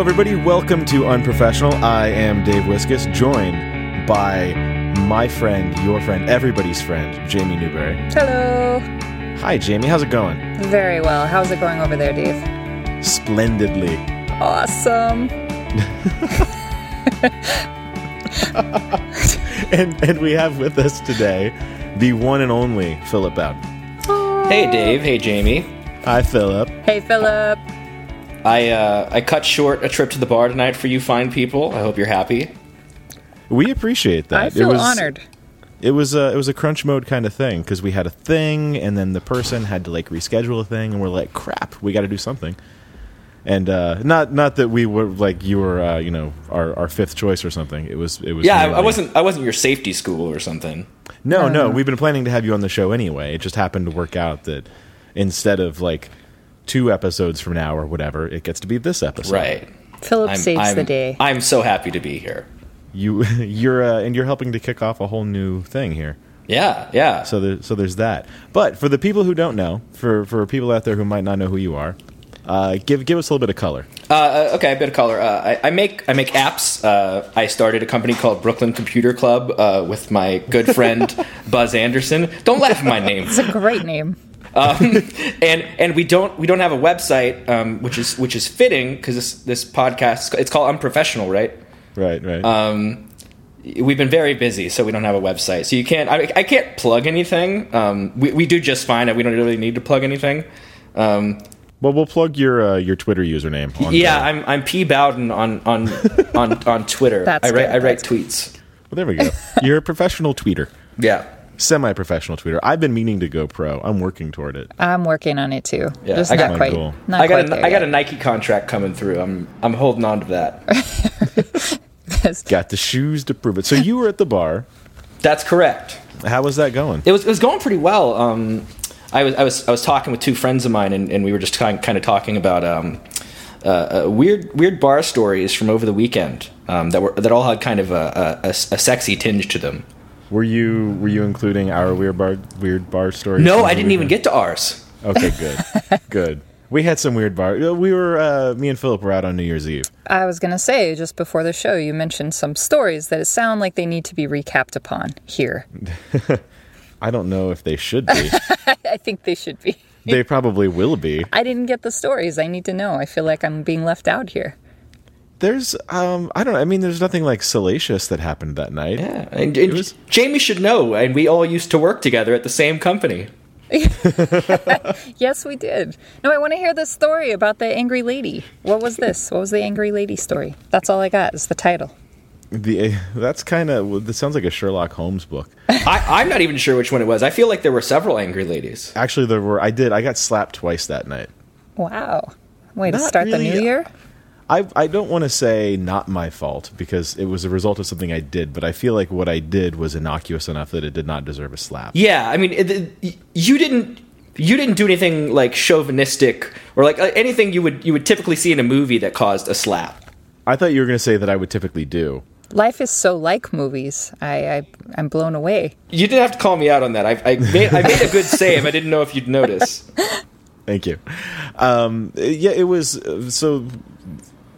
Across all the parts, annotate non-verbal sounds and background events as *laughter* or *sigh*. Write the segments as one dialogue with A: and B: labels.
A: everybody. Welcome to Unprofessional. I am Dave Wiskus, joined by my friend, your friend, everybody's friend, Jamie Newberry.
B: Hello.
A: Hi, Jamie. How's it going?
B: Very well. How's it going over there, Dave?
A: Splendidly.
B: Awesome.
A: *laughs* And and we have with us today the one and only Philip Out.
C: Hey Dave, hey Jamie.
A: Hi, Philip.
B: Hey, Philip.
C: I uh, I cut short a trip to the bar tonight for you fine people. I hope you're happy.
A: We appreciate that.
B: I feel
A: was,
B: honored.
A: It was a it was a crunch mode kind of thing because we had a thing, and then the person had to like reschedule a thing, and we're like, crap, we got to do something. And uh, not not that we were like you were uh, you know our, our fifth choice or something. It was it was
C: Yeah, I, I
A: merely-
C: wasn't I wasn't your safety school or something.
A: No, no, we've been planning to have you on the show anyway. It just happened to work out that instead of like two episodes from now or whatever, it gets to be this episode.
C: Right.
B: Philip saves
C: I'm,
B: the day.
C: I'm so happy to be here.
A: You *laughs* you're uh, and you're helping to kick off a whole new thing here.
C: Yeah, yeah.
A: So there, so there's that. But for the people who don't know, for for people out there who might not know who you are, uh, give give us a little bit of color.
C: Uh, okay, a bit of color. Uh, I, I make I make apps. Uh, I started a company called Brooklyn Computer Club uh, with my
B: *laughs*
C: good friend Buzz Anderson. Don't laugh at my name.
B: it's a great name.
C: and and we don't we don't have a website, um, which is which is fitting because this this podcast it's called Unprofessional, right?
A: Right, right.
C: Uh, we've been very busy, so we don't have a website. So you can't. I, I can't plug anything. Um, we we do just fine. and We don't really need to plug anything. Um,
A: well, we'll plug your uh, your Twitter username. On
C: yeah,
A: there.
C: I'm I'm P Bowden on on on on Twitter.
B: That's
C: I write
B: good,
C: I write
B: that's
C: tweets.
A: well, there we go. You're a professional tweeter,
C: Yeah.
A: semi-professional tweeter. I've been meaning to go pro. I'm working toward it.
B: I'm working on it too.
C: *laughs* Yeah,
B: Just
C: I got
B: not
A: my
B: quite.
A: goal.
B: Not
C: I
B: quite
C: got a,
B: there
C: I got a
B: yet.
C: Nike contract coming through. I'm I'm holding on to that.
A: Got the shoes to prove it. So you were at the bar.
C: That's correct.
A: How was that going?
C: It was it was going pretty well. Um, I was I was I was talking with two friends of mine, and, and we were just kind kind of talking about um, uh, uh, weird weird bar stories from over the weekend um, that were that all had kind of a, a, a s- a sexy tinge to them.
A: Were you were you including our weird bar weird bar story?
C: No, I didn't even get to ours.
A: Okay,
C: *laughs*
A: good, good. We had some weird bar. We were uh, me and Philip were out on New Year's Eve.
B: I was going to say just before the show, you mentioned some stories that it sound like they need to be recapped upon here.
A: I don't know if they should be.
B: I think they should be.
A: they probably will be.
B: I didn't get the stories. I need to know. I feel like I'm being left out here.
A: There's um I don't know. I mean there's nothing like salacious that happened that night.
C: Yeah, and, and
A: was-
C: Jamie should know, and we all used to work together at the same company.
B: Yes, we did. No, I want to hear the story about the angry lady. What was this? What was the angry lady story? That's all I got is the title.
A: The eh, that's kind of that sounds like a Sherlock Holmes book.
C: I, I'm not even sure which one it was. I feel like there were several angry ladies.
A: Actually there were I did I got slapped twice that night.
B: Wow. Way to
A: Not
B: start the
A: really
B: new
A: a-
B: year?
A: I I don't want to say not my fault because it was a result of something I did, but I feel like what I did was innocuous enough that it did not deserve a slap.
C: Yeah, I mean, it, it- you didn't you didn't do anything like chauvinistic or like uh, anything you would you would typically see in a movie that caused a slap.
A: I thought you were going to say that I would typically do.
B: Life is so like movies. I, I I'm blown away. *laughs*
C: You didn't have to call me out on that. I, I, made, I made a good save. I didn't know if you'd notice.
A: Thank you. Um, yeah, it was uh, so.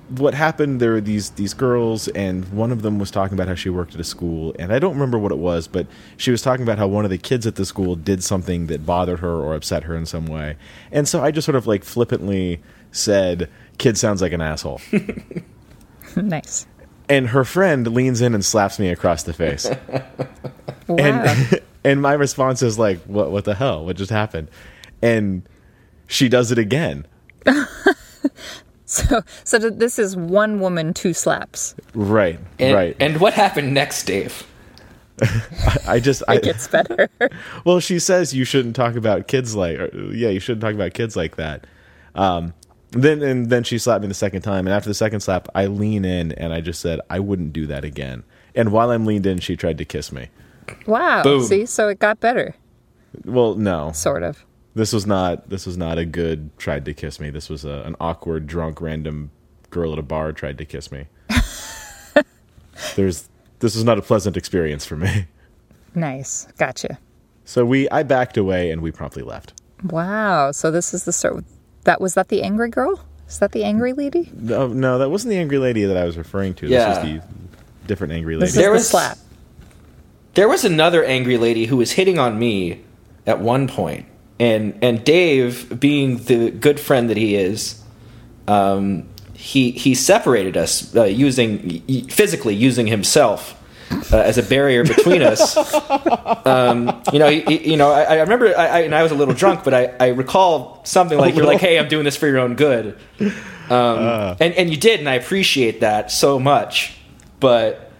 A: What happened? There were these these girls, and one of them was talking about how she worked at a school, and I don't remember what it was, but she was talking about how one of the kids at the school did something that bothered her or upset her in some way, and so I just sort of like flippantly said, "Kid sounds like an asshole,"
B: nice.
A: and her friend leans in and slaps me across the face.
B: Wow. *laughs*
A: and *laughs* and my response is like what what the hell what just happened and she does it again
B: so so th- this is one woman, two slaps.
A: right
C: And,
A: right
C: And what happened next, Dave?
A: i just i *laughs*
B: Gets better. *laughs*
A: well she says you shouldn't talk about kids like or, yeah you shouldn't talk about kids like that um then and then she slapped me the second time and after the second slap i lean in and i just said i wouldn't do that again and while i'm leaned in she tried to kiss me
B: wow.
C: Boom.
B: See, so it got better,
A: well no
B: sort of.
A: this was not this was not a good tried to kiss me this was a, an awkward drunk random girl at a bar tried to kiss me there's this was not a pleasant experience for me *laughs*
B: Nice. Gotcha.
A: so we i backed away and we promptly left
B: Wow. So this is the start. That was that the angry girl Is that the angry lady?
A: No, Oh, no, that wasn't the angry lady that I was referring to.
C: Yeah.
A: This was the different angry
B: This
A: lady.
B: is
C: There
B: the
C: was-
B: slap.
C: there was another angry lady who was hitting on me at one point and and dave being the good friend that he is um he he separated us uh, using y- physically using himself uh, as a barrier between us um, you know he, he- you know i, I remember I, I and i was a little drunk but i i recall something like you're like hey i'm doing this for your own good um and and you did and i appreciate that so much but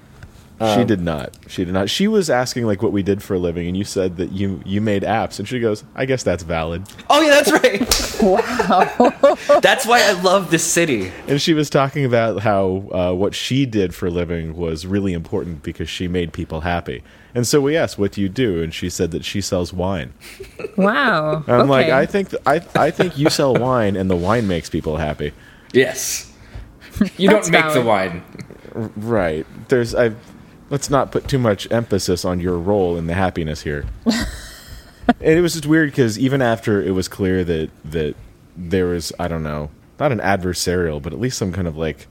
A: she did not. She did not. She was asking like what we did for a living, and you said that you you made apps, and she goes, "I guess that's valid."
C: Oh yeah, that's right.
B: Wow.
C: *laughs* that's why I love this city.
A: And she was talking about how uh, what she did for a living was really important because she made people happy. And so we asked, "What do you do?" And she said that she sells wine.
B: wow.
A: And *laughs* I'm
B: okay.
A: like, I think th- I I think you sell wine, and the wine makes people happy.
C: Yes. You don't
B: That's
C: make the
B: valid.
C: wine.
A: Right. There's I. Let's not put too much emphasis on your role in the happiness here. and it was just weird because even after it was clear that that there was I don't know not an adversarial but at least some kind of like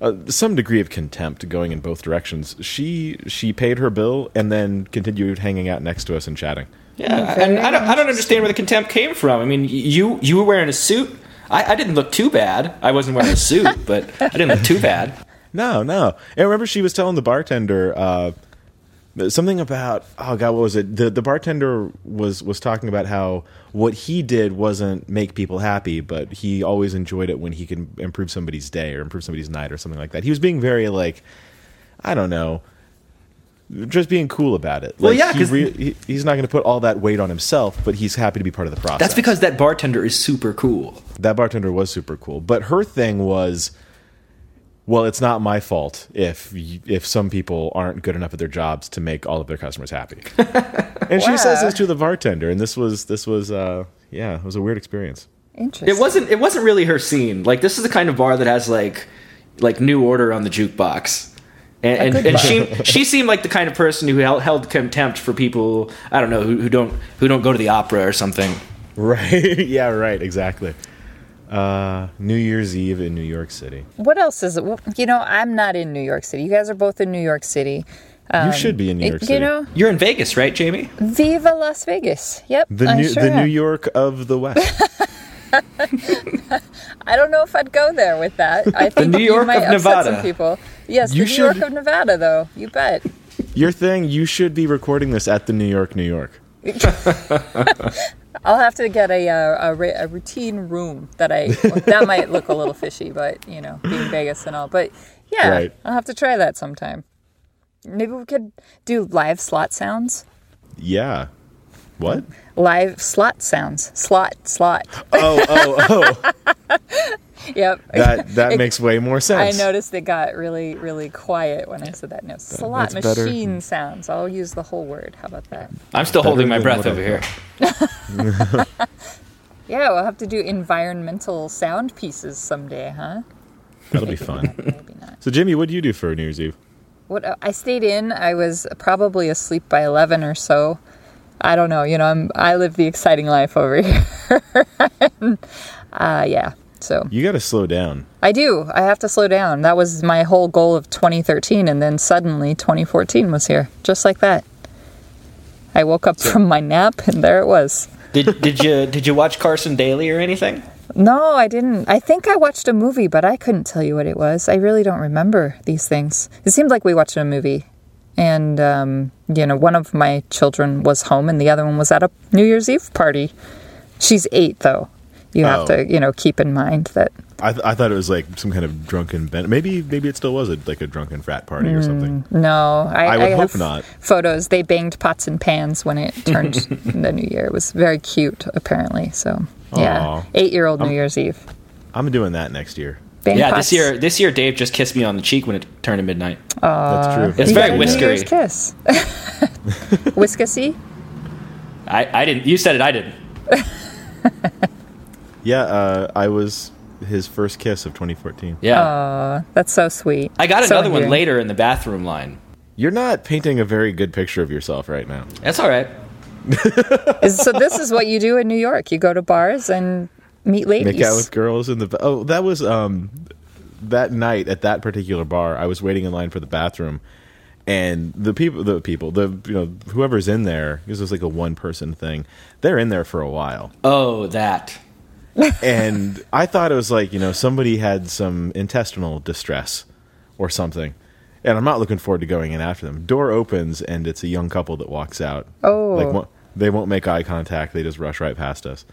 A: uh, some degree of contempt going in both directions. She she paid her bill and then continued hanging out next to us and chatting.
C: Yeah, and I don't, I don't understand where the contempt came from. I mean, y- you you were wearing a suit. I, I didn't look too bad. I wasn't wearing a suit, but I didn't look too bad.
A: No, no. And remember, she was telling the bartender uh, something about oh god, what was it? The the bartender was was talking about how what he did wasn't make people happy, but he always enjoyed it when he can improve somebody's day or improve somebody's night or something like that. He was being very like, I don't know. Just being cool about it. Like,
C: Well, yeah,
A: he
C: 'cause-
A: he, he's not going to put all that weight on himself, but he's happy to be part of the process
C: That's because that bartender is super cool.
A: that bartender was super cool but her thing was well it's not my fault if y- if some people aren't good enough at their jobs to make all of their customers
B: *laughs*
A: happy and she says
B: Wow.
A: this to the bartender and this was this was uh yeah it was a weird
B: *laughs*
A: experience
B: Interesting.
C: It wasn't it wasn't really her scene. Like this is the kind of bar that has like like new order on the jukebox. And, and, and she she seemed like the kind of person who held, held contempt for people I don't know who, who don't who don't go to the opera or something.
A: right yeah right exactly uh new year's eve in new york city
B: What else is it? Well, You know, I'm not in New York City. You guys are both in New York City. Um,
A: you should be in new
B: It-
A: york city
B: you know,
C: You're in Vegas, right, Jamie?
B: Viva Las Vegas. Yep.
A: the
B: I
A: new
B: sure
A: the
B: am.
A: new york of the
B: *laughs*
A: west
B: I don't know if I'd go there
A: *laughs*
B: with that. I think
C: New
B: you
C: York
B: might upset
C: of Nevada.
B: some people. Yes,
A: You
B: the New
A: should-
B: York of Nevada, though. You bet.
A: your thing you should be recording this at the new york new york
B: I'll have to get a uh, a, ri- a routine room
A: *laughs*
B: that I that might look a little fishy, but you know, being Vegas and all. But yeah,
A: Right.
B: I'll have to try that sometime. Maybe we could do live slot sounds.
A: yeah
B: *laughs*
A: what
B: Live slot sounds. Slot slot.
A: *gasps* oh oh
B: *laughs*
A: oh
B: Yep.
A: that that
B: It-
A: makes way more
B: I
A: sense
B: noticed it got really, really quiet when I said that. No, slot
A: that's better.
B: machine sounds. I'll use the whole word. How about that?
C: I'm still holding my
A: than
C: breath
A: what I
C: over here.
B: Yeah, we'll have to do environmental sound pieces someday,
A: *laughs*
B: huh?
A: That'll be fun.
B: Maybe not.
A: So, Jimmy, what do you do for New Year's Eve?
B: What uh, I stayed in. I was probably asleep by eleven or so. I don't know. You know, I'm I live the exciting life over *laughs* here. uh, yeah. So
A: You got to slow down.
B: I do. I have to slow down. That was my whole goal of 2013, and then suddenly 2014 was here, just like that. I woke up from my nap, and there it was.
C: Did did you did you watch Carson Daly or anything?
B: No, I didn't. I think I watched a movie, but I couldn't tell you what it was. I really don't remember these things. It seemed like we watched a movie. And, um, you know, one of my children was home and the other one was at a New Year's Eve party. She's eight, though. You have
A: Oh.
B: to, you know, keep in mind that.
A: I, th- I thought it was like some kind of drunken ben- maybe maybe it still was a, like a drunken frat party or something.
B: No, I,
A: I would hope
B: have
A: not.
B: Photos. They banged pots and pans when it
C: *laughs*
B: turned the New Year. It was very cute, apparently. So,
A: Aw.
B: yeah, eight-year-old New Year's Eve.
C: Hmm.
A: I'm doing that next year.
B: Bang
C: yeah,
B: pots.
C: this year this year Dave just kissed me on the cheek when it turned to midnight.
A: That's true.
C: Uh, It's
B: You
C: very
B: got a New
C: whiskery.
B: Year's kiss. *laughs* Whiskersy.
C: I, I didn't. You said it. I didn't.
A: Yeah, uh, I was his first kiss of 2014.
C: Yeah.
B: That's so sweet.
C: I got
B: Oh, So
C: another one
B: endearing.
C: later in the bathroom line.
A: You're not painting a very good picture of yourself right now.
C: That's all right.
B: Is- so this is what you do in New York. You go to bars and meet ladies.
A: make out with girls in the oh that was um that night at that particular bar i was waiting in line for the bathroom and the people the people the you know whoever's in there this was like a one person thing they're in there for a while
C: Oh, that.
A: and i thought it was like you know somebody had some intestinal distress or something and i'm not looking forward to going in after them door opens and it's a young couple that walks out
B: Oh.
A: like won't- they won't make eye contact they just rush right past us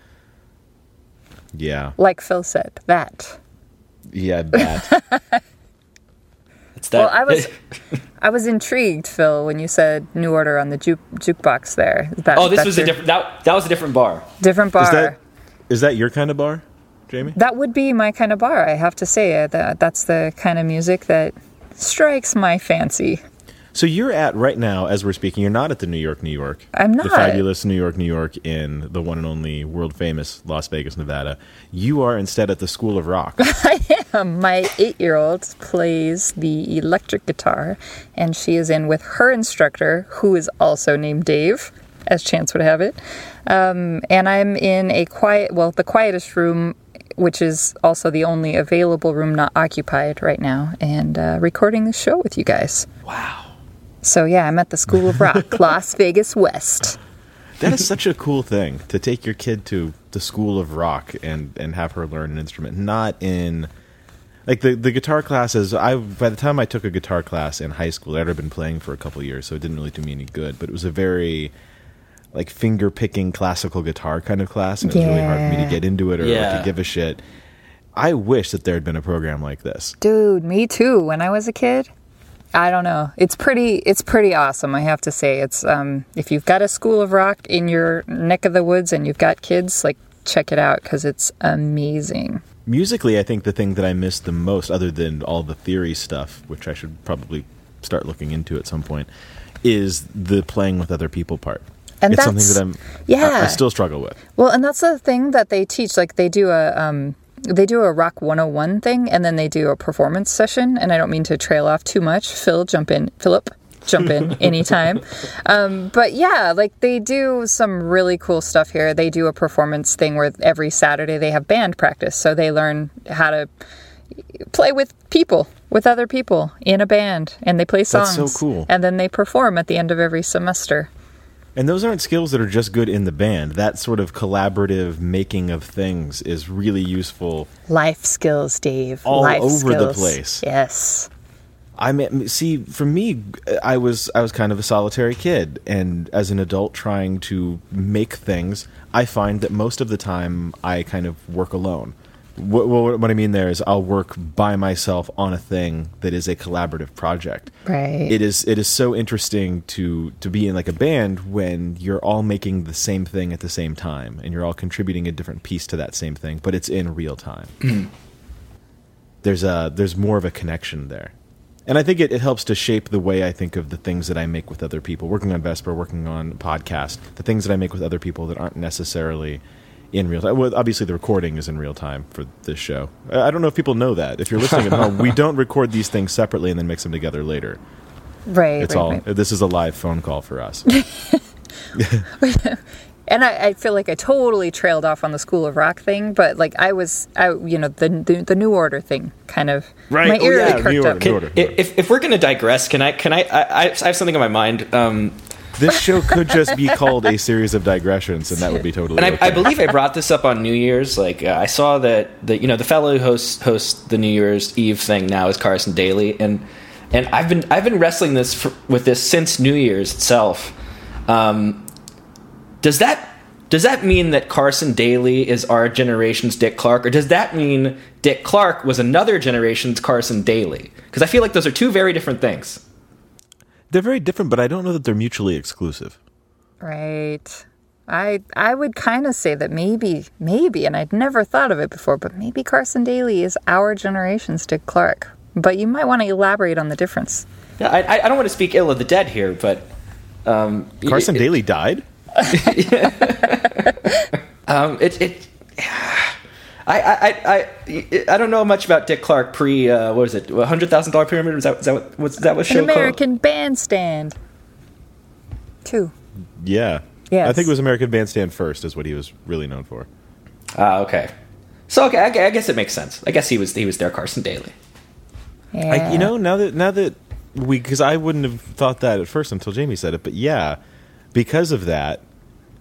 A: yeah
B: like Phil said, that.
A: yeah that
C: It's that.
B: Well, I
C: *laughs*
B: was- I was intrigued, Phil, when you said New Order on the ju- jukebox there. That,
C: oh, this
B: that's
C: was a
B: your
C: different. That, that was a different bar.
B: different bar.
A: Is
B: that-,
A: that is that your kind of bar, Jamie?
B: would be my kind of bar, I have to say. Uh, That, that's the kind of music that strikes my fancy.
A: So you're at right now, as we're speaking, you're not at the New York, New York.
B: I'm
A: The
B: not.
A: fabulous New York, New York in the one and only world famous Las Vegas, Nevada. You are instead at the School of Rock.
B: Um, my eight year old plays the electric guitar, and she is in with her instructor, who is also named Dave, as chance would have it. Um, and I'm in a quiet, well, the quietest room, which is also the only available room not occupied right now, and uh, recording the show with you guys.
C: Wow.
B: So, yeah, I'm at the School of Rock, Las Vegas West.
A: that is such a cool thing to take your kid to the School of Rock and and have her learn an instrument. Not in like the the guitar classes. I by the time I took a guitar class in high school, I'd already been playing for a couple years, so it didn't really do me any good. But it was a very like finger picking classical guitar kind of class, and it was really hard for me
B: Yeah.
A: to get into it or like,
C: Yeah.
A: to give a shit. I wish that there had been a program like this.
B: Dude, me too. When I was a kid, I don't know. It's pretty. It's pretty awesome. I have to say. It's um, if you've got a school of rock in your neck of the woods and you've got kids, like check it out because it's amazing.
A: Musically, I think the thing that I missed the most, other than all the theory stuff, which I should probably start looking into at some point, is the playing with other people part.
B: And
A: it's
B: that's-
A: something that I'm, I,
B: yeah.
A: I still struggle with.
B: Well, and that's the thing that they teach. Like they do a um, they do a rock 101 thing, and then they do a performance session. And I don't mean to trail off too much. Phil, jump in. Philip,
A: *laughs*
B: jump in anytime. Um, but yeah, like they do some really cool stuff here. They do a performance thing where every Saturday they have band practice, so they learn how to play with people, with other people in a band, and they play
A: That's
B: songs.
A: so cool.
B: And then they perform at the end of every semester.
A: And those aren't skills that are just good in the band. That sort of collaborative making of things is really useful.
B: Life skills, Dave.
A: All
B: Life
A: over the
B: skills.
A: place.
B: Yes.
A: I mean, see, for me, I was I was kind of a solitary kid, and as an adult trying to make things, I find that most of the time I kind of work alone. What, what, what I mean there is, I'll work by myself on a thing that is a collaborative project.
B: Right.
A: It is it is so interesting to to be in like a band when you're all making the same thing at the same time, and you're all contributing a different piece to that same thing, but it's in real time there's a there's more of a connection there and i think it, it helps to shape the way i think of the things that i make with other people working on vesper working on podcast the things that i make with other people that aren't necessarily in real time well obviously the recording is in real time for this show i I don't know if people know that if you're listening at home we don't record these things separately and then mix them together later
B: Right.
A: it's
B: right,
A: all
B: right.
A: this is a live phone call for
B: *laughs*
A: us
B: And I, I feel like I totally trailed off on the School of Rock thing, but like I was, I you know the the, the New Order thing kind of
A: Right,
B: My
A: oh,
B: ear
A: yeah,
B: really
A: New
B: perked
A: Order,
B: up.
A: New
C: Can-
A: Order.
C: if, if we're going to digress, can I? Can I, I? I I have something on my mind. Um,
A: this show could just be called a series of digressions and that would be totally
C: and I, I
A: okay.
C: believe I brought this up on New Year's. Like uh, I saw that the you know the fellow who hosts hosts the New Year's Eve thing now is Carson Daly, and and I've been I've been wrestling this for, with this since New Year's itself. Um, does that does that mean that Carson Daly is our generation's Dick Clark, or does that mean Dick Clark was another generation's Carson Daly? Because I feel like those are two very different things.
A: they're very different but i don't know that they're mutually exclusive
B: Right. I I would kind of say that maybe maybe, and I'd never thought of it before, but maybe Carson Daly is our generation's Dick Clark. But you might want to elaborate on the difference.
C: Yeah, I, I- I don't want to speak ill of the dead here, but um,
A: carson
C: it-
A: daly died
C: Um, it, it, *sighs* I, I, I, I, I don't know much about Dick Clark pre. Uh, what was it? Hundred thousand dollar pyramid? Was that, was that what was that what
B: An
C: show
B: American bandstand. Two.
A: Yeah.
B: Yes.
A: I think it was American Bandstand first, is what he was really known for.
C: called? Ah, okay. So okay, I, I guess it makes sense. I guess he was he was there, Carson Daly.
B: Yeah.
A: I, you know, now that now that we, because I wouldn't have thought that at first until Jamie said it, but yeah, because of that,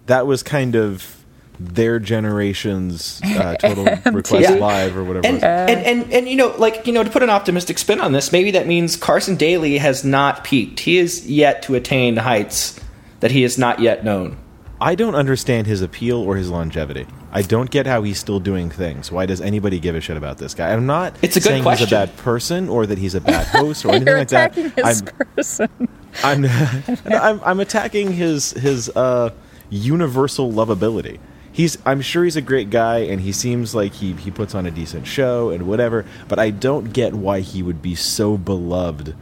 A: that was kind of their generation's uh, total
B: *laughs*
A: request
C: Yeah.
A: live or whatever.
C: And,
A: it was.
C: and and and you know, like you know, to put an optimistic spin on this, maybe that means Carson Daly has not peaked. He is yet to attain heights that he has not yet known.
A: I don't understand his appeal or his longevity. I don't get how he's still doing things. Why does anybody give a shit about this guy? I'm not
C: It's a good
A: saying he's
C: question.
A: a bad person or that he's a
C: *laughs*
A: bad host or anything
B: You're
A: like that.
B: attacking this
A: I'm,
B: person.
A: I'm, *laughs* no, I'm I'm attacking his his uh, universal lovability. He's I'm sure he's a great guy and he seems like he he puts on a decent show and whatever, but I don't get why he would be so beloved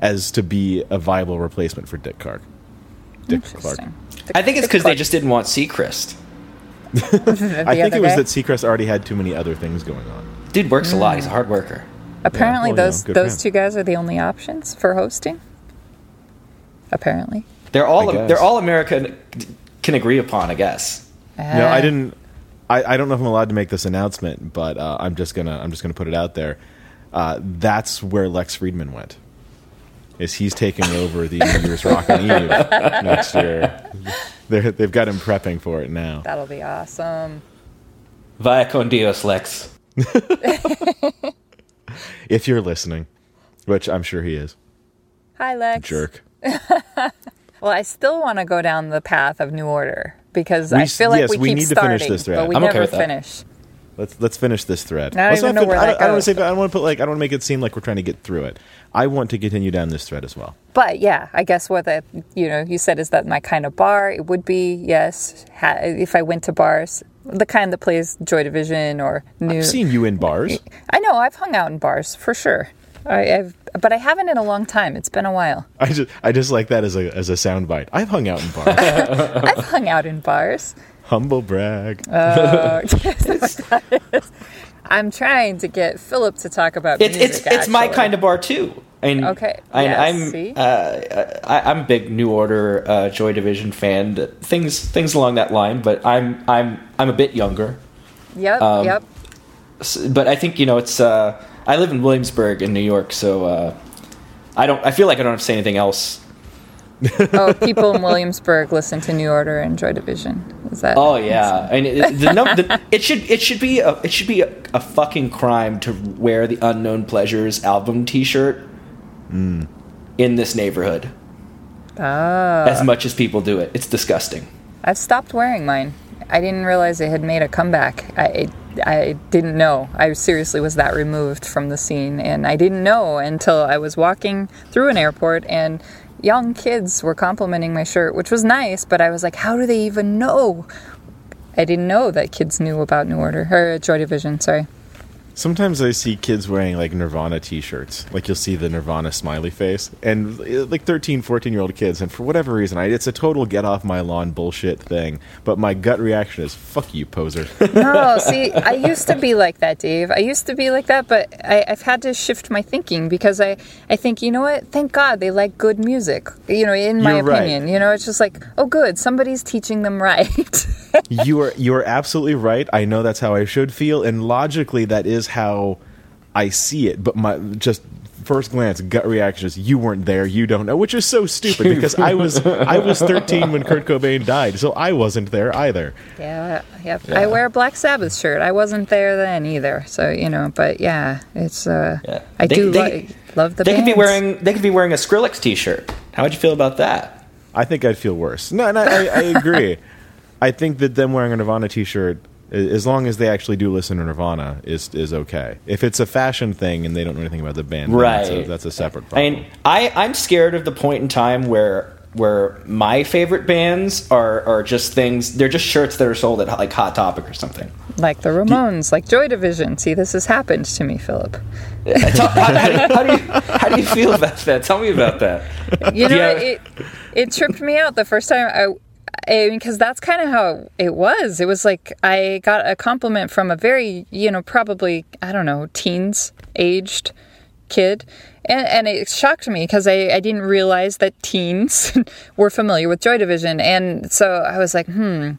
A: as to be a viable replacement for Dick Clark. Dick Clark.
B: Interesting.
C: I think it's because they just didn't want Seacrest.
A: I think it was that Seacrest already had too many other things going on.
C: Dude works a lot. He's a hard worker.
B: Apparently,
A: well, you know,
B: those
A: Oh, good for
B: those
A: him.
B: two guys are the only options for hosting. Apparently,
C: They're all
A: I guess.
C: they're all America can agree upon. I guess.
A: No, I
B: Uh,
A: didn't. I, I don't know if I'm allowed to make this announcement, but uh, I'm just gonna I'm just gonna put it out there. Uh, that's where Lex Friedman went. Is he's taking over
B: *laughs*
A: the New Year's Rock and Eve next year? They're, they've got him prepping for it now.
B: Ah, That'll be awesome.
C: Vaya con Dios, Lex.
A: If you're listening, which I'm sure he is,
B: Hi, Lex.
A: jerk.
B: Well, I still want to go down the path of new order because I
A: s-
B: feel like
A: yes,
B: we,
A: we
B: keep
A: need to finish
B: starting,
A: this thread.
B: but we
C: I'm okay
B: never
C: with that.
B: finish.
A: Let's let's finish this thread.
B: I don't
A: Let's
B: even
A: not
B: know where
A: I
B: that
A: don't, I don't want
B: goes,
A: to say. I don't want to put like I don't want to make it seem like we're trying to get through it. I want to continue down this thread as well.
B: But yeah, I guess what that you know you said is that my kind of bar. It would be yes ha- if I went to bars, the kind that plays Joy Division or new.
A: I've seen you in bars.
B: I know I've hung out in bars for sure. I, I've, but I haven't in a long time. It's been a while.
A: *laughs* I just I just like that as a as a soundbite. I've hung out in bars.
B: I've hung out in bars.
A: Humble brag.
B: Oh, *laughs* yes, that's what that is. I'm trying to get Philip to talk about
C: It's
B: music.
C: it's it's my
B: actually.
C: kind of bar too. And
B: Okay,
C: I,
B: yes,
C: I'm
B: see?
C: uh, I, I'm a big New Order uh, Joy Division fan. Things things along that line, but I'm I'm I'm a bit younger.
B: Yep, yep.
C: S- But I think you know it's. Uh, I live in Williamsburg in New York, so uh, I don't. I feel like I don't have to say anything else.
B: Oh, people in Williamsburg listen to New Order and Joy Division. Is that?
C: Oh yeah, and it, it- the, num- the it should it should be a it should be a, a fucking crime to wear the Unknown Pleasures album T-shirt in this neighborhood.
B: Ah.
C: As much as people do it, it's disgusting.
B: I've stopped wearing mine. I didn't realize it had made a comeback. I I didn't know. I seriously was that removed from the scene, and I didn't know until I was walking through an airport and young kids were complimenting my shirt, which was nice. But I was like, how do they even know? I didn't know that kids knew about New Order or Joy Division. Sorry.
A: Sometimes I see kids wearing like Nirvana t-shirts. Like you'll see the Nirvana smiley face and uh, like 13, 14-year-old kids and for whatever reason, I, it's a total get off my lawn bullshit thing, but my gut reaction is fuck you poser.
B: No, Oh, see, I used to be like that, Dave. I used to be like that, but I, I've had to shift my thinking because I, I think, you know what? Thank God they like good music, you know, in my
A: You're right.
B: opinion. You know, it's just like, oh, good, somebody's teaching them right. *laughs*
A: you are you are absolutely right. I know that's how I should feel and logically that is how I see it, but my just first glance gut reaction is you weren't there, you don't know, which is so stupid because I was I was 13 when Kurt Cobain died, so I wasn't there either.
B: yeah, yep. I wear a Black Sabbath shirt. I wasn't there then either. So, you know, but yeah, it's, uh,
C: Yeah.
B: I
C: They-
B: do
C: they-
B: like love the
C: They could be
B: bands.
C: wearing they could be wearing a Skrillex T-shirt. How would you feel about that?
A: I think I'd feel worse. No, and I, I, I agree. I think that them wearing a Nirvana T-shirt, a- as long as they actually do listen to Nirvana, is is okay. If it's a fashion thing and they don't know anything about the band, then that's a,
C: Right.
A: that's a separate
C: I
A: problem.
C: mean, I I'm scared of the point in time where where my favorite bands are are just things. They're just shirts that are sold at like Hot Topic or something.
B: like the Ramones, like Joy Division. See, this has happened to me, Philip.
C: Tell- how, how, how do you how do you feel about that? Tell me about that.
B: You know,
C: Yeah.
B: it it tripped me out the first time I. I mean, because that's kind of how it was. It was like I got a compliment from a very, you know, probably I don't know, teens aged kid. And, and it shocked me because I, I didn't realize that teens *laughs* were familiar with Joy Division. And so I was like, hmm.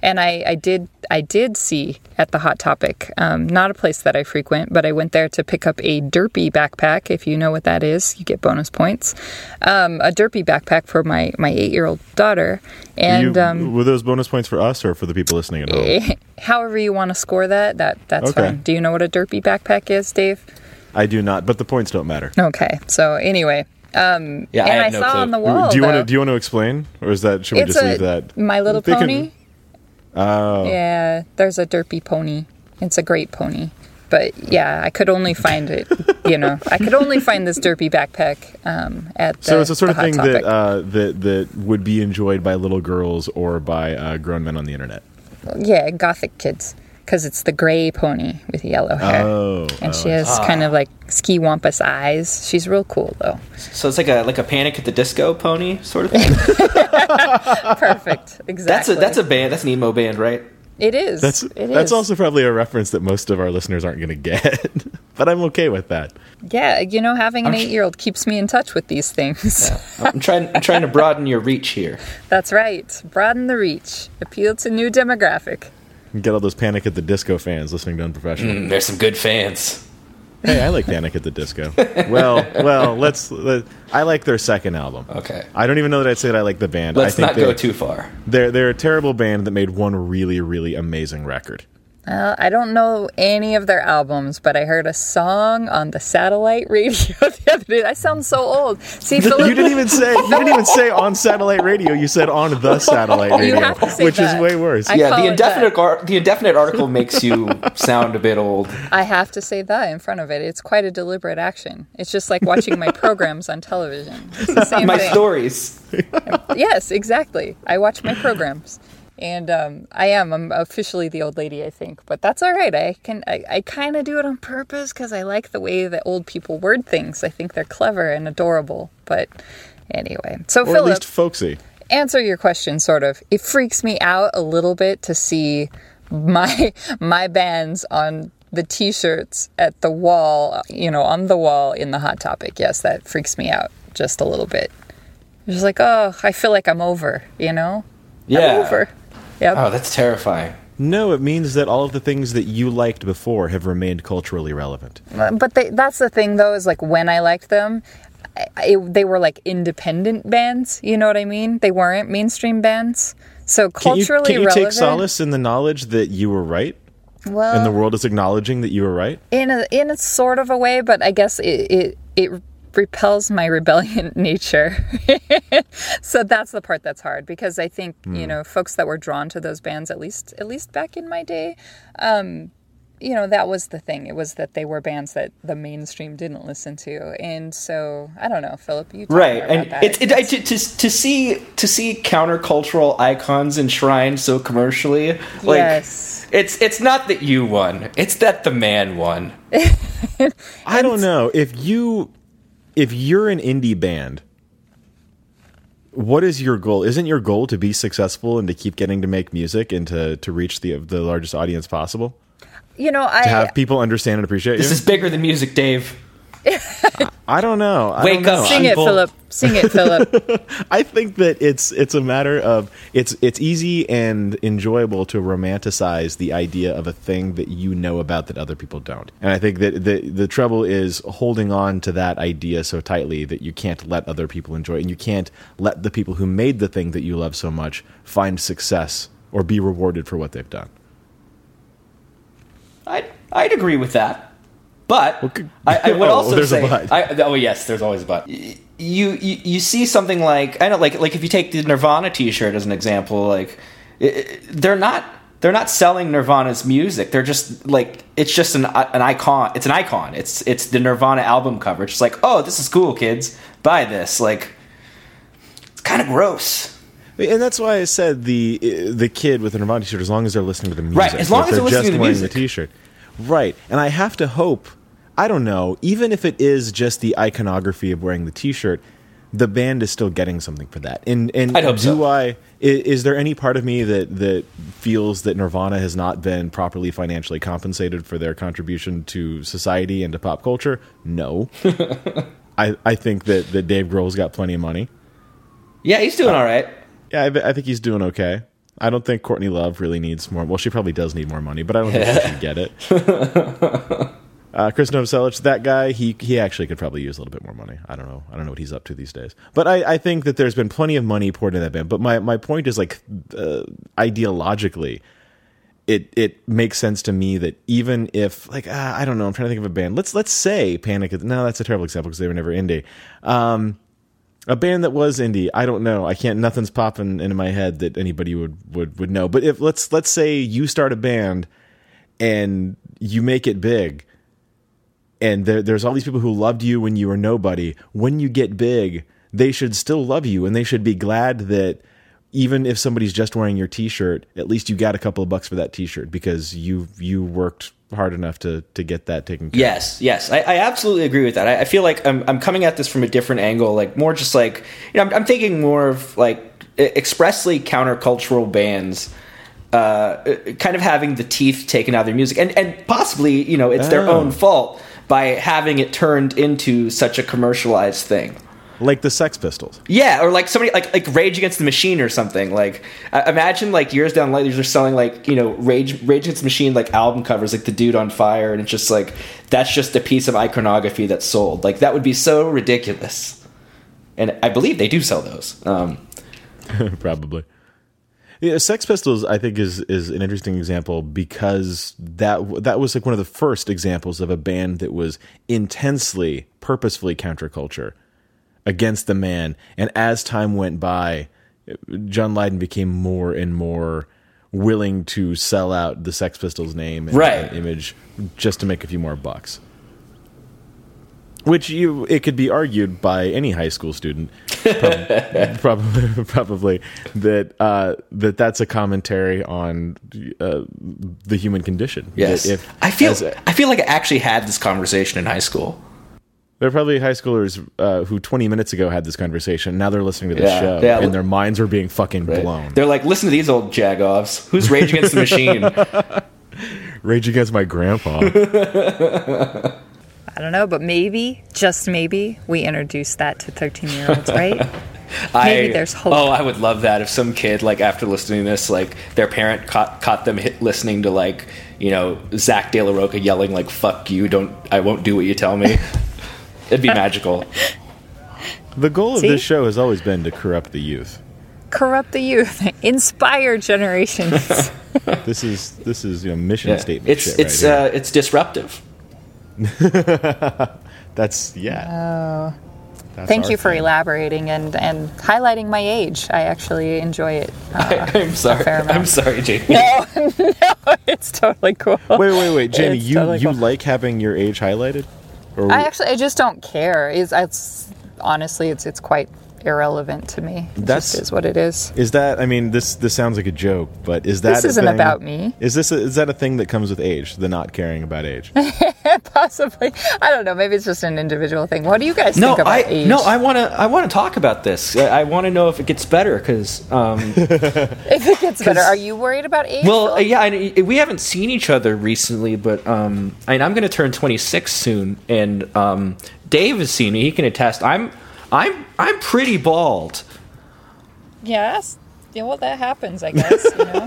B: And I, I did I did see at the Hot Topic, um, not a place that I frequent, but I went there to pick up a derpy backpack. If you know what that is, you get bonus points. Um, a derpy backpack for my, my eight year old daughter. And
A: You-
B: um, *laughs* Eh.
A: were those bonus points for us or for the people listening at home?
B: however you want to score that, that that's
A: Okay.
B: fine. Do you know what a derpy backpack is, Dave?
A: I do not, but the points don't matter.
B: Okay. So anyway, um,
C: Yeah, I
B: and
C: have
B: I,
C: no
B: saw
C: clue.
B: on the wall.
A: do you want
B: though,
A: to do you want to explain, or is that should we
B: it's
A: just
B: a
A: leave that?
B: My Little
A: They can-
B: Pony. Oh. Yeah, there's a derpy pony. It's a great pony. But yeah, I could only find it.
A: *laughs*
B: you know, I could only find this derpy backpack um, at the
A: so it's the sort
B: the
A: of
B: Hot
A: thing
B: Topic.
A: that uh, that that would be enjoyed by little girls or by uh, grown men on the internet.
B: yeah, gothic kids. Because it's the gray pony with yellow hair.
A: Oh,
B: and she has kind of like ski wampus eyes. She's real cool
A: *laughs*
B: though.
C: So it's like a like a Panic at the Disco pony sort of thing. *laughs*
B: Perfect. Exactly.
C: that's a that's a band. That's an emo band, *laughs* right?
B: It is.
A: That's
B: It
A: that's
B: is.
A: also probably a reference that most of our listeners aren't going to get, *laughs* but I'm okay with that.
B: Yeah, you know, having an
C: I'm sh-
B: eight-year-old keeps me in touch with these things.
C: I'm trying I'm trying to broaden your reach here.
B: That's right. Broaden the reach. Appeal to new demographic.
A: Get all those Panic at the Disco fans listening to Unprofessional.
B: Mm.
C: Mm, There's some good fans.
A: Hey, I like Panic at the Disco. Well, well, let's. Let, I like their second album.
C: Okay.
A: I don't even know that I'd say that I like the band.
C: Let's
A: I think
C: not go
A: they-
C: too far.
A: They're they're a terrible band that made one really really amazing record.
B: Well, I don't know any of their albums, but I heard a song on the satellite radio *laughs* the other day. I sound so old. See,
A: *laughs*
B: Philip,
A: You didn't even say you didn't even say on satellite radio. You said on
B: *laughs*
A: the satellite radio,
B: have to say
A: which is
B: that.
A: way worse.
B: I-
C: Yeah,
B: call
C: the
B: it
C: indefinite ar- the indefinite article makes *laughs* you sound a
B: *laughs*
C: bit old.
B: I have to say that in front of it. It's quite a deliberate action. It's just like watching
A: *laughs*
B: my programs on television. It's the same
C: My
B: thing.
C: stories.
B: Yes, exactly. I watch my programs. And um, I am. I'm officially the old lady, I think, but that's all right. I can. I, I kind of do it on purpose because I like the way that old people word things. I think they're clever and adorable. But anyway, so
A: or at
B: Philip,
A: least folksy.
B: answer your question. Sort of. It freaks me out a little bit to see my *laughs* my bands on the t-shirts at the wall. You know, on the wall in the hot topic. Yes, that freaks me out just a little bit. Just like, oh, I feel like I'm over. You know,
C: Yeah.
B: I'm over. Yep.
C: Oh, that's terrifying.
A: No, it means that all of the things that you liked before have remained culturally relevant.
B: but they, that's the thing though is like when i liked them I, I, they were like independent bands you know what i mean they weren't mainstream bands so
A: Can you,
B: culturally
A: can you
B: relevant Uh,
A: take solace in the knowledge that you were right,
B: well
A: and the world is acknowledging that you were right?
B: in a in a sort of a way, but I guess it it, it repels my rebellion *laughs* nature. so that's the part that's hard because I think
C: Hmm.
B: you know folks that were drawn to those bands at least at least back in my day. Um, you know that was the thing. It was that they were bands that the mainstream didn't listen to, and so I don't know, Philip. You talk
C: Right,
B: more about
C: and
B: that.
C: it's it, I, to, to to see to see countercultural icons enshrined so commercially. Like,
B: Yes.
C: it's it's not that you won; it's that the man won.
A: I don't know if you if you're an indie band. What is your goal? Isn't your goal to be successful and to keep getting to make music and to, to reach the the largest audience possible?
B: you know I
A: To have people understand and appreciate
C: This
A: you?
C: is bigger than music, Dave.
A: I don't know. I
C: Wake
A: don't know.
C: up.
B: uh, sing it,
C: I'm bold.
B: Philip. Sing it,
A: *laughs*
B: Philip.
A: I think that it's it's a matter of it's it's easy and enjoyable to romanticize the idea of a thing that you know about that other people don't. And I think that the the trouble is holding on to that idea so tightly that you can't let other people enjoy it and you can't let the people who made the thing that you love so much find success or be rewarded for what they've done.
C: I'd I'd agree with that, but
A: good-
C: I, *laughs* I would
A: Oh,
C: also
A: there's a
C: say,
A: but.
C: I, oh yes, there's always a but. Y- You, you you see something like I don't like like if you take the Nirvana T-shirt as an example, like i i- they're not they're not selling Nirvana's music. They're just like it's just an an icon. It's an icon. It's it's the Nirvana album cover. It's just like oh this is cool, kids, buy this. Like it's kind of gross.
A: And that's why I said the eh, the kid with an Armani shirt, as long as they're listening to the music,
C: Right, as long
A: if
C: as they're
A: just
C: listening to the
A: wearing
C: music.
A: the T-shirt, right? And I have to hope, I don't know, even if it is just the iconography of wearing the T-shirt, the band is still getting something for that. And and
C: I'd hope
A: do
C: so.
A: I i- is, there any part of me that that feels that Nirvana has not been properly financially compensated for their contribution to society and to pop culture?
C: *laughs*
A: No. I I think that that Dave Grohl's got plenty of money.
C: Yeah, he's doing all right.
A: Yeah, I, be- I think he's doing okay. I don't think Courtney Love really needs more. Well, she probably does need more money, but I don't think she should get it. Uh, Chris Novoselic, that guy, he he actually could probably use a little bit more money. I don't know. I don't know what he's up to these days. But I, I think that there's been plenty of money poured into that band. But my, my point is like uh, ideologically, it it makes sense to me that even if like ah, I don't know, I'm trying to think of a band. Let's let's say Panic. at the- No, that's a terrible example because they were never indie. Um, a band that was indie. I don't know. I can't. Nothing's popping into my head that anybody would would would know. But if let's let's say you start a band and you make it big, and there, there's all these people who loved you when you were nobody. When you get big, they should still love you, and they should be glad that even if somebody's just wearing your T-shirt, at least you got a couple of bucks for that T-shirt because you you worked hard enough to to get that taken care.
C: Yes, yes, I, I absolutely agree with that. I, I feel like I'm, I'm coming at this from a different angle, like more just like you know, I'm, I'm thinking more of like e- expressly countercultural bands, uh, kind of having the teeth taken out of their music, and and possibly you know it's their
A: Oh.
C: own fault by having it turned into such a commercialized thing.
A: of. Like the Sex Pistols.
C: Yeah, or like somebody like like Rage Against the Machine or something. Like I- imagine like years down the line, they're just selling like you know Rage Rage Against the Machine like album covers, like the dude on fire, and it's just like that's just a piece of iconography that's sold. Like that would be so ridiculous. And I believe they do sell those. Um,
A: *laughs* probably. Yeah, Sex Pistols, I think, is is an interesting example because that that was like one of the first examples of a band that was intensely, purposefully counterculture against the man. And as time went by, John Lydon became more and more willing to sell out the Sex Pistols name and,
C: Right.
A: and image just to make a few more bucks. Which you, it could be argued by any high school student *laughs* probably probably that uh, that that's a commentary on uh, the human condition.
C: yes,
A: That if-
C: I feel
A: as a-
C: I feel like I actually had this conversation in high school.
A: there are probably high schoolers uh, who 20 minutes ago had this conversation. Now they're listening to this
C: Yeah,
A: show
C: yeah.
A: and their minds are being fucking
C: right?
A: blown.
C: They're like, listen to these old jagoffs. Who's Rage Against the
A: *laughs*
C: Machine?
A: Rage against my grandpa.
B: I don't know, but maybe, just maybe, we introduce that to 13 year olds, right? Maybe
C: I-
B: there's hope.
C: Oh, I would love that if some kid, like after listening to this, like their parent caught caught them hit, listening to like you know Zach De La Roca yelling like "fuck you," don't I won't do what you tell
B: *laughs*
C: me. It'd be magical.
A: the goal of
B: See?
A: this show has always been to corrupt the youth.
B: Corrupt the youth, *laughs* inspire generations.
C: *laughs*
A: This is this is you know, mission
C: Yeah.
A: statement.
C: It's
A: shit
C: it's
A: right here.
C: uh, it's disruptive.
A: that's yeah. That's
B: Uh, Thank
A: our
B: you for
A: thing.
B: elaborating and, and highlighting my age. I actually enjoy it. *laughs*
C: *laughs* I'm sorry.
B: Ah. fair amount.
C: I'm sorry, Jamie.
B: no, no, it's totally cool.
A: Wait, wait,
C: *laughs*
A: wait, Jamie,
B: It's
A: you
B: totally
A: you
B: cool.
A: like having your age highlighted? Or
B: I actually, I just don't care. Is it's honestly, it's it's quite irrelevant to me. It
A: That's-
B: just is what it is. *laughs*
A: Is that? I mean, this this sounds like a joke, but is that?
B: This
A: a
B: isn't
A: thing-
B: about me.
A: Is this? A, is that a thing that comes with age? The not caring about
B: *laughs*
A: age.
B: Possibly, I don't know. Maybe it's just an individual thing. What do you guys
C: No,
B: think about
C: I
B: age?
C: no, I want to I want to talk about this. I, I want to know if it gets better because um,
B: *laughs* if it gets better, are you worried about age?
C: Well, uh, yeah, I, we haven't seen each other recently, but um, I mean, I'm going to turn 26 soon, and um, Dave has seen me. He can attest. I'm, I'm, I'm pretty bald.
B: yes. Yeah, well, that happens, I guess. You know?
C: *laughs*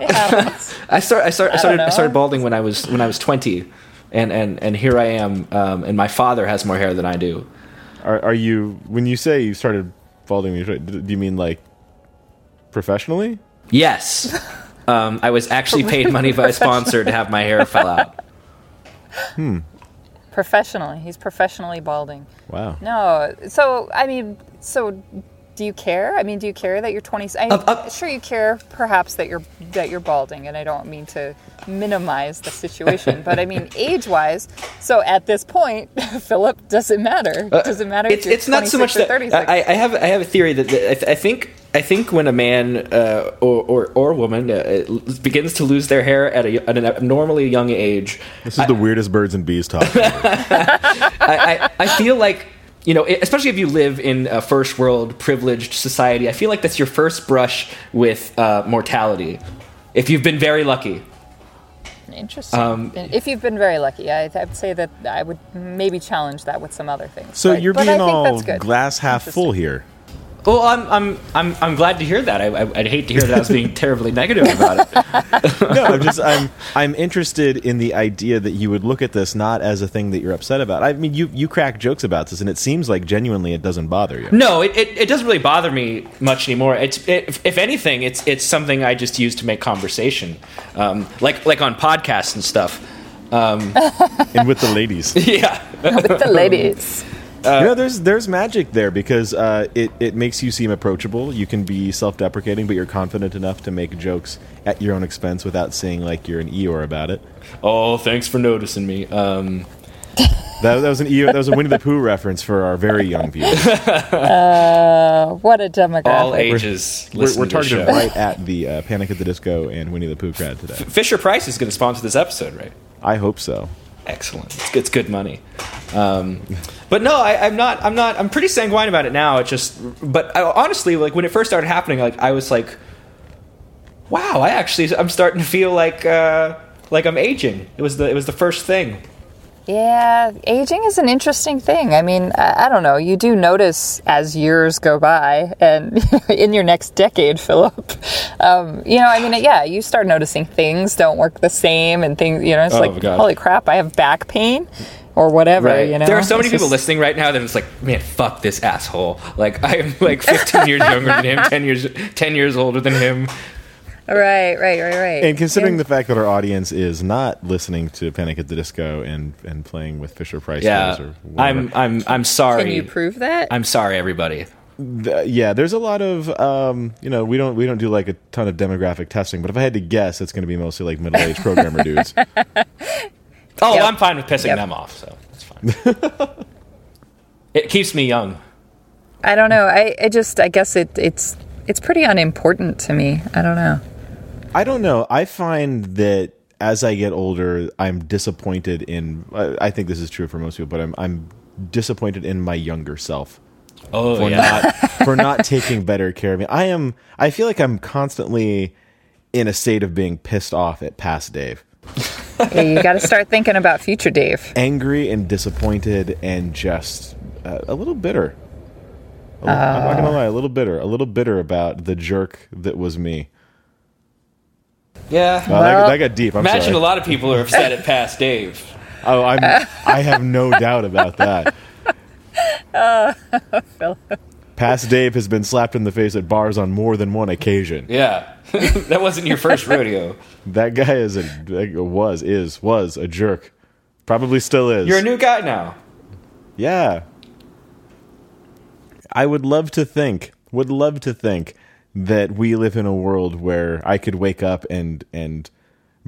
B: it happens.
C: I start, I start, I
B: don't
C: started, I
B: know.
C: started balding when I was when I was 20, and and and here I am, um, and my father has more hair than I do.
A: Are, are you? When you say you started following me, do you mean like professionally?
B: *laughs*
C: Yes, um, I was actually paid money by a sponsor to have my hair fell out.
B: *laughs* Professionally, he's professionally balding.
A: Wow.
B: No, so I mean, so do you care? I mean, do you care that you're 20? I'm
C: Up, up.
B: sure you care, perhaps that you're that you're balding, and I don't mean to minimize the
C: *laughs*
B: situation, but I mean age-wise. So at this point, *laughs* Philip, does it matter? Does it matter?
C: Uh,
B: if
C: It's,
B: you're
C: it's not so much
B: 26
C: that
B: or 36?
C: I, I have I have a theory that, that I, th- I think I think when a man uh, or, or or woman uh, uh, l- begins to lose their hair at, a, at an abnormally young age,
B: *laughs*
A: This is the weirdest birds and bees talk.
C: I, I, I feel like you know, e, especially if you live in a first world privileged society, I feel like that's your first brush with uh, mortality. If you've been very lucky,
B: Interesting.
C: um,
B: if you've been very lucky, I, I'd say that I would maybe challenge that with some other things.
A: So
B: but,
A: you're
B: but I
A: being
B: think
A: all
B: that's good.
A: glass half full here. *laughs*
C: well, I'm I'm I'm, I'm glad to hear that. I, I, I'd hate to hear that I was being terribly negative about it.
A: No, I'm just I'm I'm interested in the idea that you would look at this not as a thing that you're upset about. I mean, you you crack jokes about this, and it seems like genuinely it doesn't bother
B: *laughs*
A: you.
C: No, it, it, it doesn't really bother me much anymore. It's it, if- if anything, it's it's something I just use to make conversation, um, like like on podcasts and stuff. *laughs* Um,
A: And with the ladies,
C: yeah.
B: *laughs* with
A: *laughs*
B: the ladies.
A: you know, there's there's magic there because uh, it it makes you seem approachable. You can be self-deprecating, but you're confident enough to make jokes at your own expense without seeing like you're an eeyore about it.
C: Oh, thanks for noticing me. Um,
A: That, that was an eeyore, that was a Winnie the Pooh reference for our very young
C: *laughs*
A: viewers.
B: Oh, what a demographic.
C: all ages.
A: We're,
C: listen
A: we're
C: to this
A: targeted
C: show.
A: right at the uh, Panic at the Disco and Winnie the Pooh crowd today.
C: Fisher Price is going to sponsor this episode, right?
A: I hope so.
C: Excellent. It's, good- it's good money. Um, but no, I, I'm not. I'm not. I'm pretty sanguine about it now. It just. But I, honestly, like when it first started happening, like I was like, wow, I actually, I'm starting to feel like uh, like I'm aging. It was the it was the first thing.
B: Yeah, aging is an interesting thing. I mean, I, I don't know. You do notice as years go by, and *laughs* in your next decade, Philip, um, you know, I mean, yeah, you start noticing things don't work the same, and things, you know, it's
C: Oh,
B: like,
C: God.
B: holy crap, I have back pain or whatever. You know,
C: there are so many
B: It's
C: people
B: just-
C: listening right now that it's like, man, fuck this asshole. Like I'm like 15 years younger than him, 10 years 10 years older than him.
B: Right, right, right, right.
A: And considering the fact that our audience is not listening to Panic at the Disco and, and playing with Fisher Price,
C: Yeah,
A: or whatever,
C: I'm I'm I'm sorry.
B: can you prove that?
C: I'm sorry, everybody.
A: th- uh, yeah, there's a lot of um, you know we don't we don't do like a ton of demographic testing, but if I had to guess, it's going to be mostly like middle aged programmer dudes.
C: Oh,
B: Yep.
C: I'm fine with pissing
B: Yep.
C: them off, so that's fine. *laughs* it keeps me young.
B: I don't know. I, I just, I guess it, it's, it's pretty unimportant to me. I don't know.
A: I don't know. I find that as I get older, I'm disappointed in. I, I think this is true for most people, but I'm I'm disappointed in my younger self.
C: Oh,
A: for not for not taking better care of me. I am I feel like I'm constantly in a state of being pissed off at past Dave.
B: Yeah, you got to start thinking about future Dave.
A: Angry and disappointed and just uh, a little bitter. A little, I'm not going to lie, a little bitter, a little bitter about the jerk that was me.
C: *laughs* yeah.
A: Uh, that,
B: Well,
A: that got deep. I'm
C: Imagine
A: sorry.
C: a lot of people are upset at past Dave.
A: Oh, I'm I have no doubt about that. Past Dave has been slapped in the face at bars on more than one occasion.
C: Yeah, *laughs* that wasn't your first rodeo.
A: That guy is a was is was a jerk. Probably still is.
C: You're a new guy now.
A: yeah. I would love to think, would love to think that we live in a world where I could wake up and and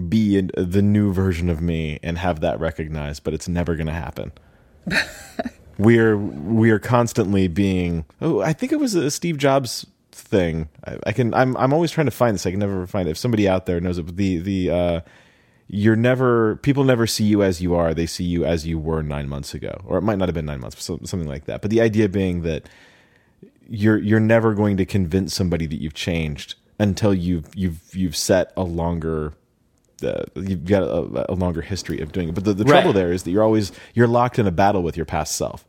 A: be in the new version of me and have that recognized, but it's never going to happen. we're we're constantly being oh i think it was a steve jobs thing i, I can I'm, I'm always trying to find this i can never find it if somebody out there knows it but the the uh you're never people never see you as you are they see you as you were nine months ago or it might not have been nine months so, something like that but the idea being that you're you're never going to convince somebody that you've changed until you've you've you've set a longer uh, you've got a, a longer history of doing it but the, the
C: Right.
A: trouble there is that you're always you're locked in a battle with your past self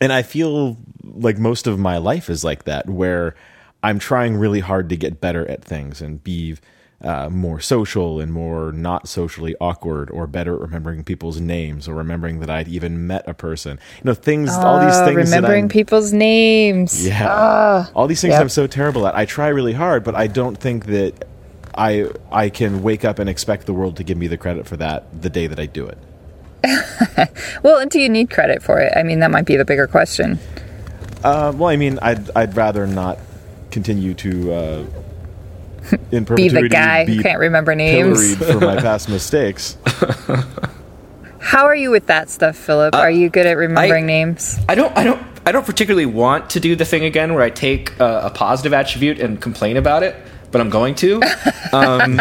A: and I feel like most of my life is like that, where I'm trying really hard to get better at things and be uh, more social and more not socially awkward, or better at remembering people's names, or remembering that I'd even met a person. You know, things, all these
B: Oh,
A: things. that
B: remembering
A: I'm,
B: people's names.
A: yeah. All these things
B: Ah. Yep.
A: I'm so terrible at. I try really hard, but I don't think that I I can wake up and expect the world to give me the credit for that the day that I do it.
B: Well, and do you need credit for it? I mean, that might be the bigger question.
A: Uh, well, I mean, I'd I'd rather not continue to
B: *laughs*
A: uh, in
B: Be
A: perpetuity
B: the guy who
A: be
B: can't remember names.
A: pilloried for
B: *laughs*
A: my past mistakes.
B: How are you with that stuff, Philip? are you good at remembering
C: Uh, I-
B: names?
C: I don't. I don't. I don't particularly want to do the thing again where I take uh, a positive attribute and complain about it, but I'm going to. Um,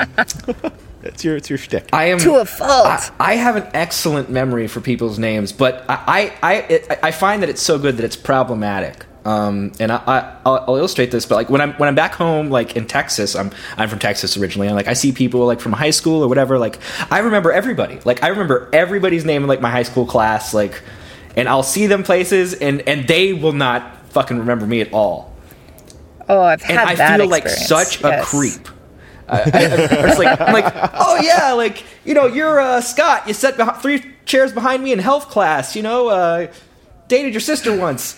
A: It's your it's your shtick.
C: I am
B: To a fault.
C: I, I have an excellent memory for people's names, but I I I, it, I find that it's so good that it's problematic. Um, and I, I I'll, I'll illustrate this, but like when I'm when I'm back home, like in Texas, I'm I'm from Texas originally, and like I see people like from high school or whatever. Like I remember everybody. Like I remember everybody's name in like my high school class. Like, and I'll see them places, and and they will not fucking remember me at all.
B: Oh, I've
C: And
B: had
C: I
B: that
C: feel like
B: experience.
C: such
B: Yes.
C: a creep. I'm just like, I'm like, oh yeah, like you know, you're uh, Scott. You sat beh- three chairs behind me in health class. You know, uh, dated your
B: *laughs*
C: sister once.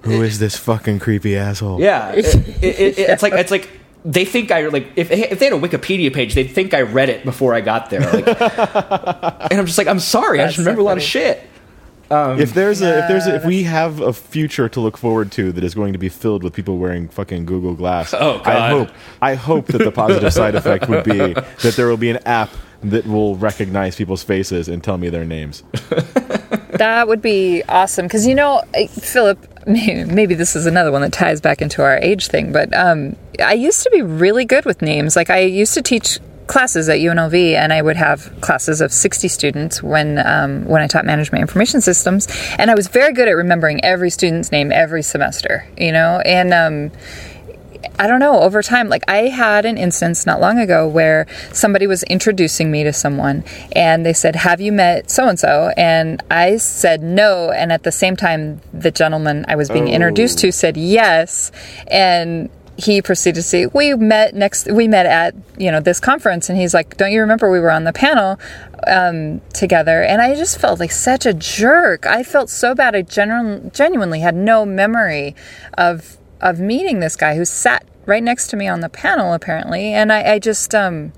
A: Who is this fucking creepy asshole?
C: Yeah, it, it, it, it's like it's like they think I like if if they had a Wikipedia page, they'd think I read it before I got there.
B: *laughs*
C: Like, and I'm just like, I'm sorry, I
B: That's
C: just remember
B: so
C: a lot of
B: funny.
C: shit.
A: If there's a if there's a, if we have a future to look forward to that is going to be filled with people wearing fucking Google Glass,
C: Oh, God.
A: I hope I hope that the
C: *laughs*
A: positive side effect would be that there will be an app that will recognize people's faces and tell me their names.
B: That would be awesome because you know, I- Philip. *laughs* Maybe, maybe this is another one that ties back into our age thing, but um, I used to be really good with names. Like I used to teach classes at UNLV, and I would have classes of sixty students when um, when I taught management information systems, and I was very good at remembering every student's name every semester. You know, and um, I don't know, over time, like I had an instance not long ago where somebody was introducing me to someone and they said, Have you met so and so? And I said no. And at the same time, the gentleman I was being introduced to said yes. And he proceeded to say, We met next, we met at, you know, this conference. And he's like, Don't you remember we were on the panel? um, together, and I just felt like such a jerk. I felt so bad. I genu- genuinely had no memory of of meeting this guy who sat right next to me on the panel, apparently. And I, I just, um,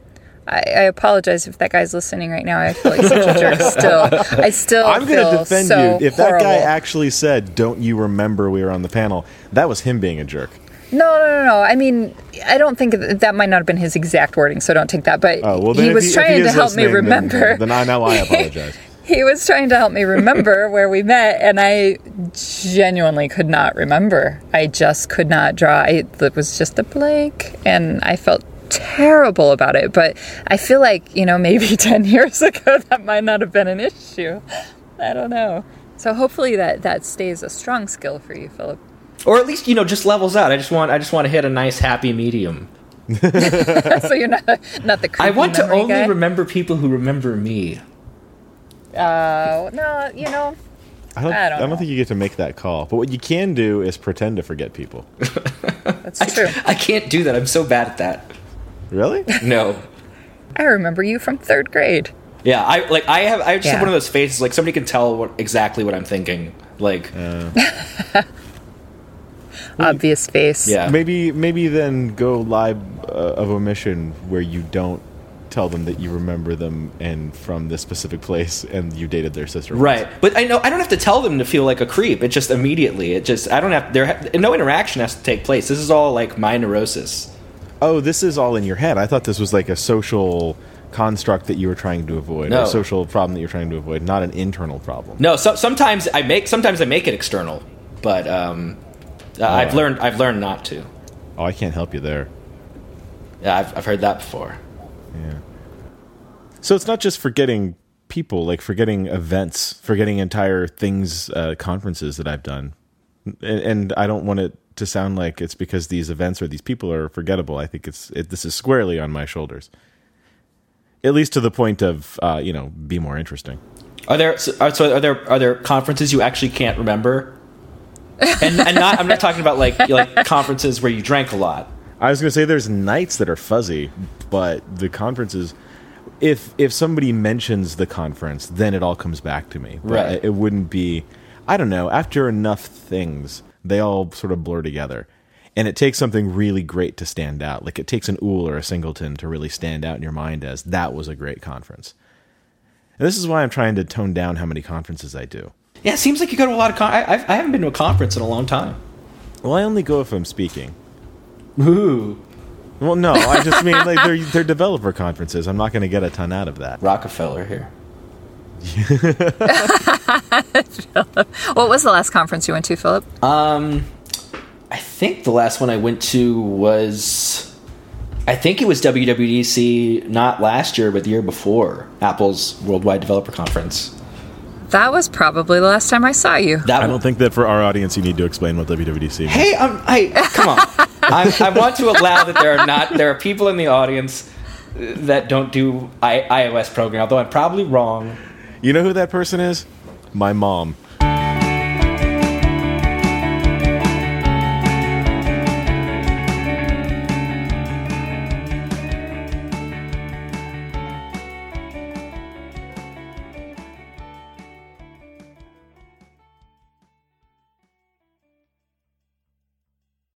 B: I, I apologize if that guy's listening right now. I feel like such
A: *laughs*
B: a jerk. Still, I still.
A: I'm going to
B: feel
A: defend
B: so
A: you. If that guy
B: horrible.
A: actually said, "Don't you remember we were on the panel?" That was him being a jerk.
B: No, no, no, no. I mean, I don't think that, that might not have been his exact wording, so don't take that. But
A: Oh well, then
B: he
A: if
B: was
A: if
B: trying to
A: is
B: help me
A: listening, then-
B: remember.
A: Then, I now
B: *laughs*
A: I apologize.
B: he was trying to help me
C: *laughs*
B: remember where we met and i genuinely could not remember i just could not draw I- it was just a blank and i felt terrible about it but i feel like you know maybe *laughs* 10 years ago that might not have been an issue i don't know so hopefully that that stays a strong skill for you philip *laughs*
C: Or at least you know just levels out. I just want I just want to hit a nice happy medium.
B: so you're not not the creepy
C: I want to
B: memory
C: only
B: guy.
C: remember people who remember me.
B: uh, no you know
A: I don't.
B: I
A: I
B: don't
A: don't,
B: know.
A: think you get to make that call. But what you can do is pretend to forget people.
B: that's true
C: I can't do that. I'm so bad at that.
A: Really?
C: No.
B: i remember you from third grade
C: Yeah, I like I have I just
B: Yeah.
C: have one of those faces like somebody can tell what exactly what I'm thinking. Like
B: obvious face
C: yeah.
A: Maybe maybe then go live uh, of omission where you don't tell them that you remember them and from this specific place and you dated their sister. once.
C: Right. But I know I don't have to tell them to feel like a creep. It just immediately. It just I don't have there ha- no interaction has to take place. This is all like my neurosis.
A: Oh, this is all in your head. I thought this was like a social construct that you were trying to avoid, or
C: No.
A: a social problem that you're trying to avoid, not an internal problem.
C: No, so, sometimes I make sometimes I make it external, but um uh, I've
A: right.
C: learned I've learned not to.
A: Oh, I can't help you there.
C: Yeah, I've I've heard that before.
A: Yeah. So it's not just forgetting people, like forgetting events, forgetting entire things, uh, conferences that I've done. And, and I don't want it to sound like it's because these events or these people are forgettable. I think it's it, this is squarely on my shoulders. At least to the point of uh, you know be more interesting.
C: Are there so are, so are there are there conferences you actually can't remember? And and not I'm not talking about like like conferences where you drank a lot.
A: I was going to say there's nights that are fuzzy, but the conferences. If if somebody mentions the conference, then it all comes back to me. But
C: Right.
A: It, it wouldn't be. I don't know. After enough things, they all sort of blur together, and it takes something really great to stand out. Like it takes an Ool or a Singleton to really stand out in your mind as that was a great conference. And this is why I'm trying to tone down how many conferences I do.
C: Yeah, it seems like you go to a lot of con- I, I've, I haven't been to a conference in a long time.
A: Well, I only go if I'm speaking.
C: Ooh,
A: Well, no, I just mean like
C: *laughs*
A: they're they're developer conferences. I'm not going to get a ton out of that.
C: Rockefeller here.
B: What was the last conference you went to, Philip?
C: I think the last one I went to was I think it was WWDC not last year, but the year before Apple's Worldwide Developer Conference.
B: That was probably the last time I saw you.
C: That
A: I don't think that for our audience you need to explain what WWDC means.
C: Hey, um, I come *laughs* on. I, I want to allow that there are not there are people in the audience that don't do I, iOS programming. Although I'm probably wrong.
A: You know who that person is? My mom.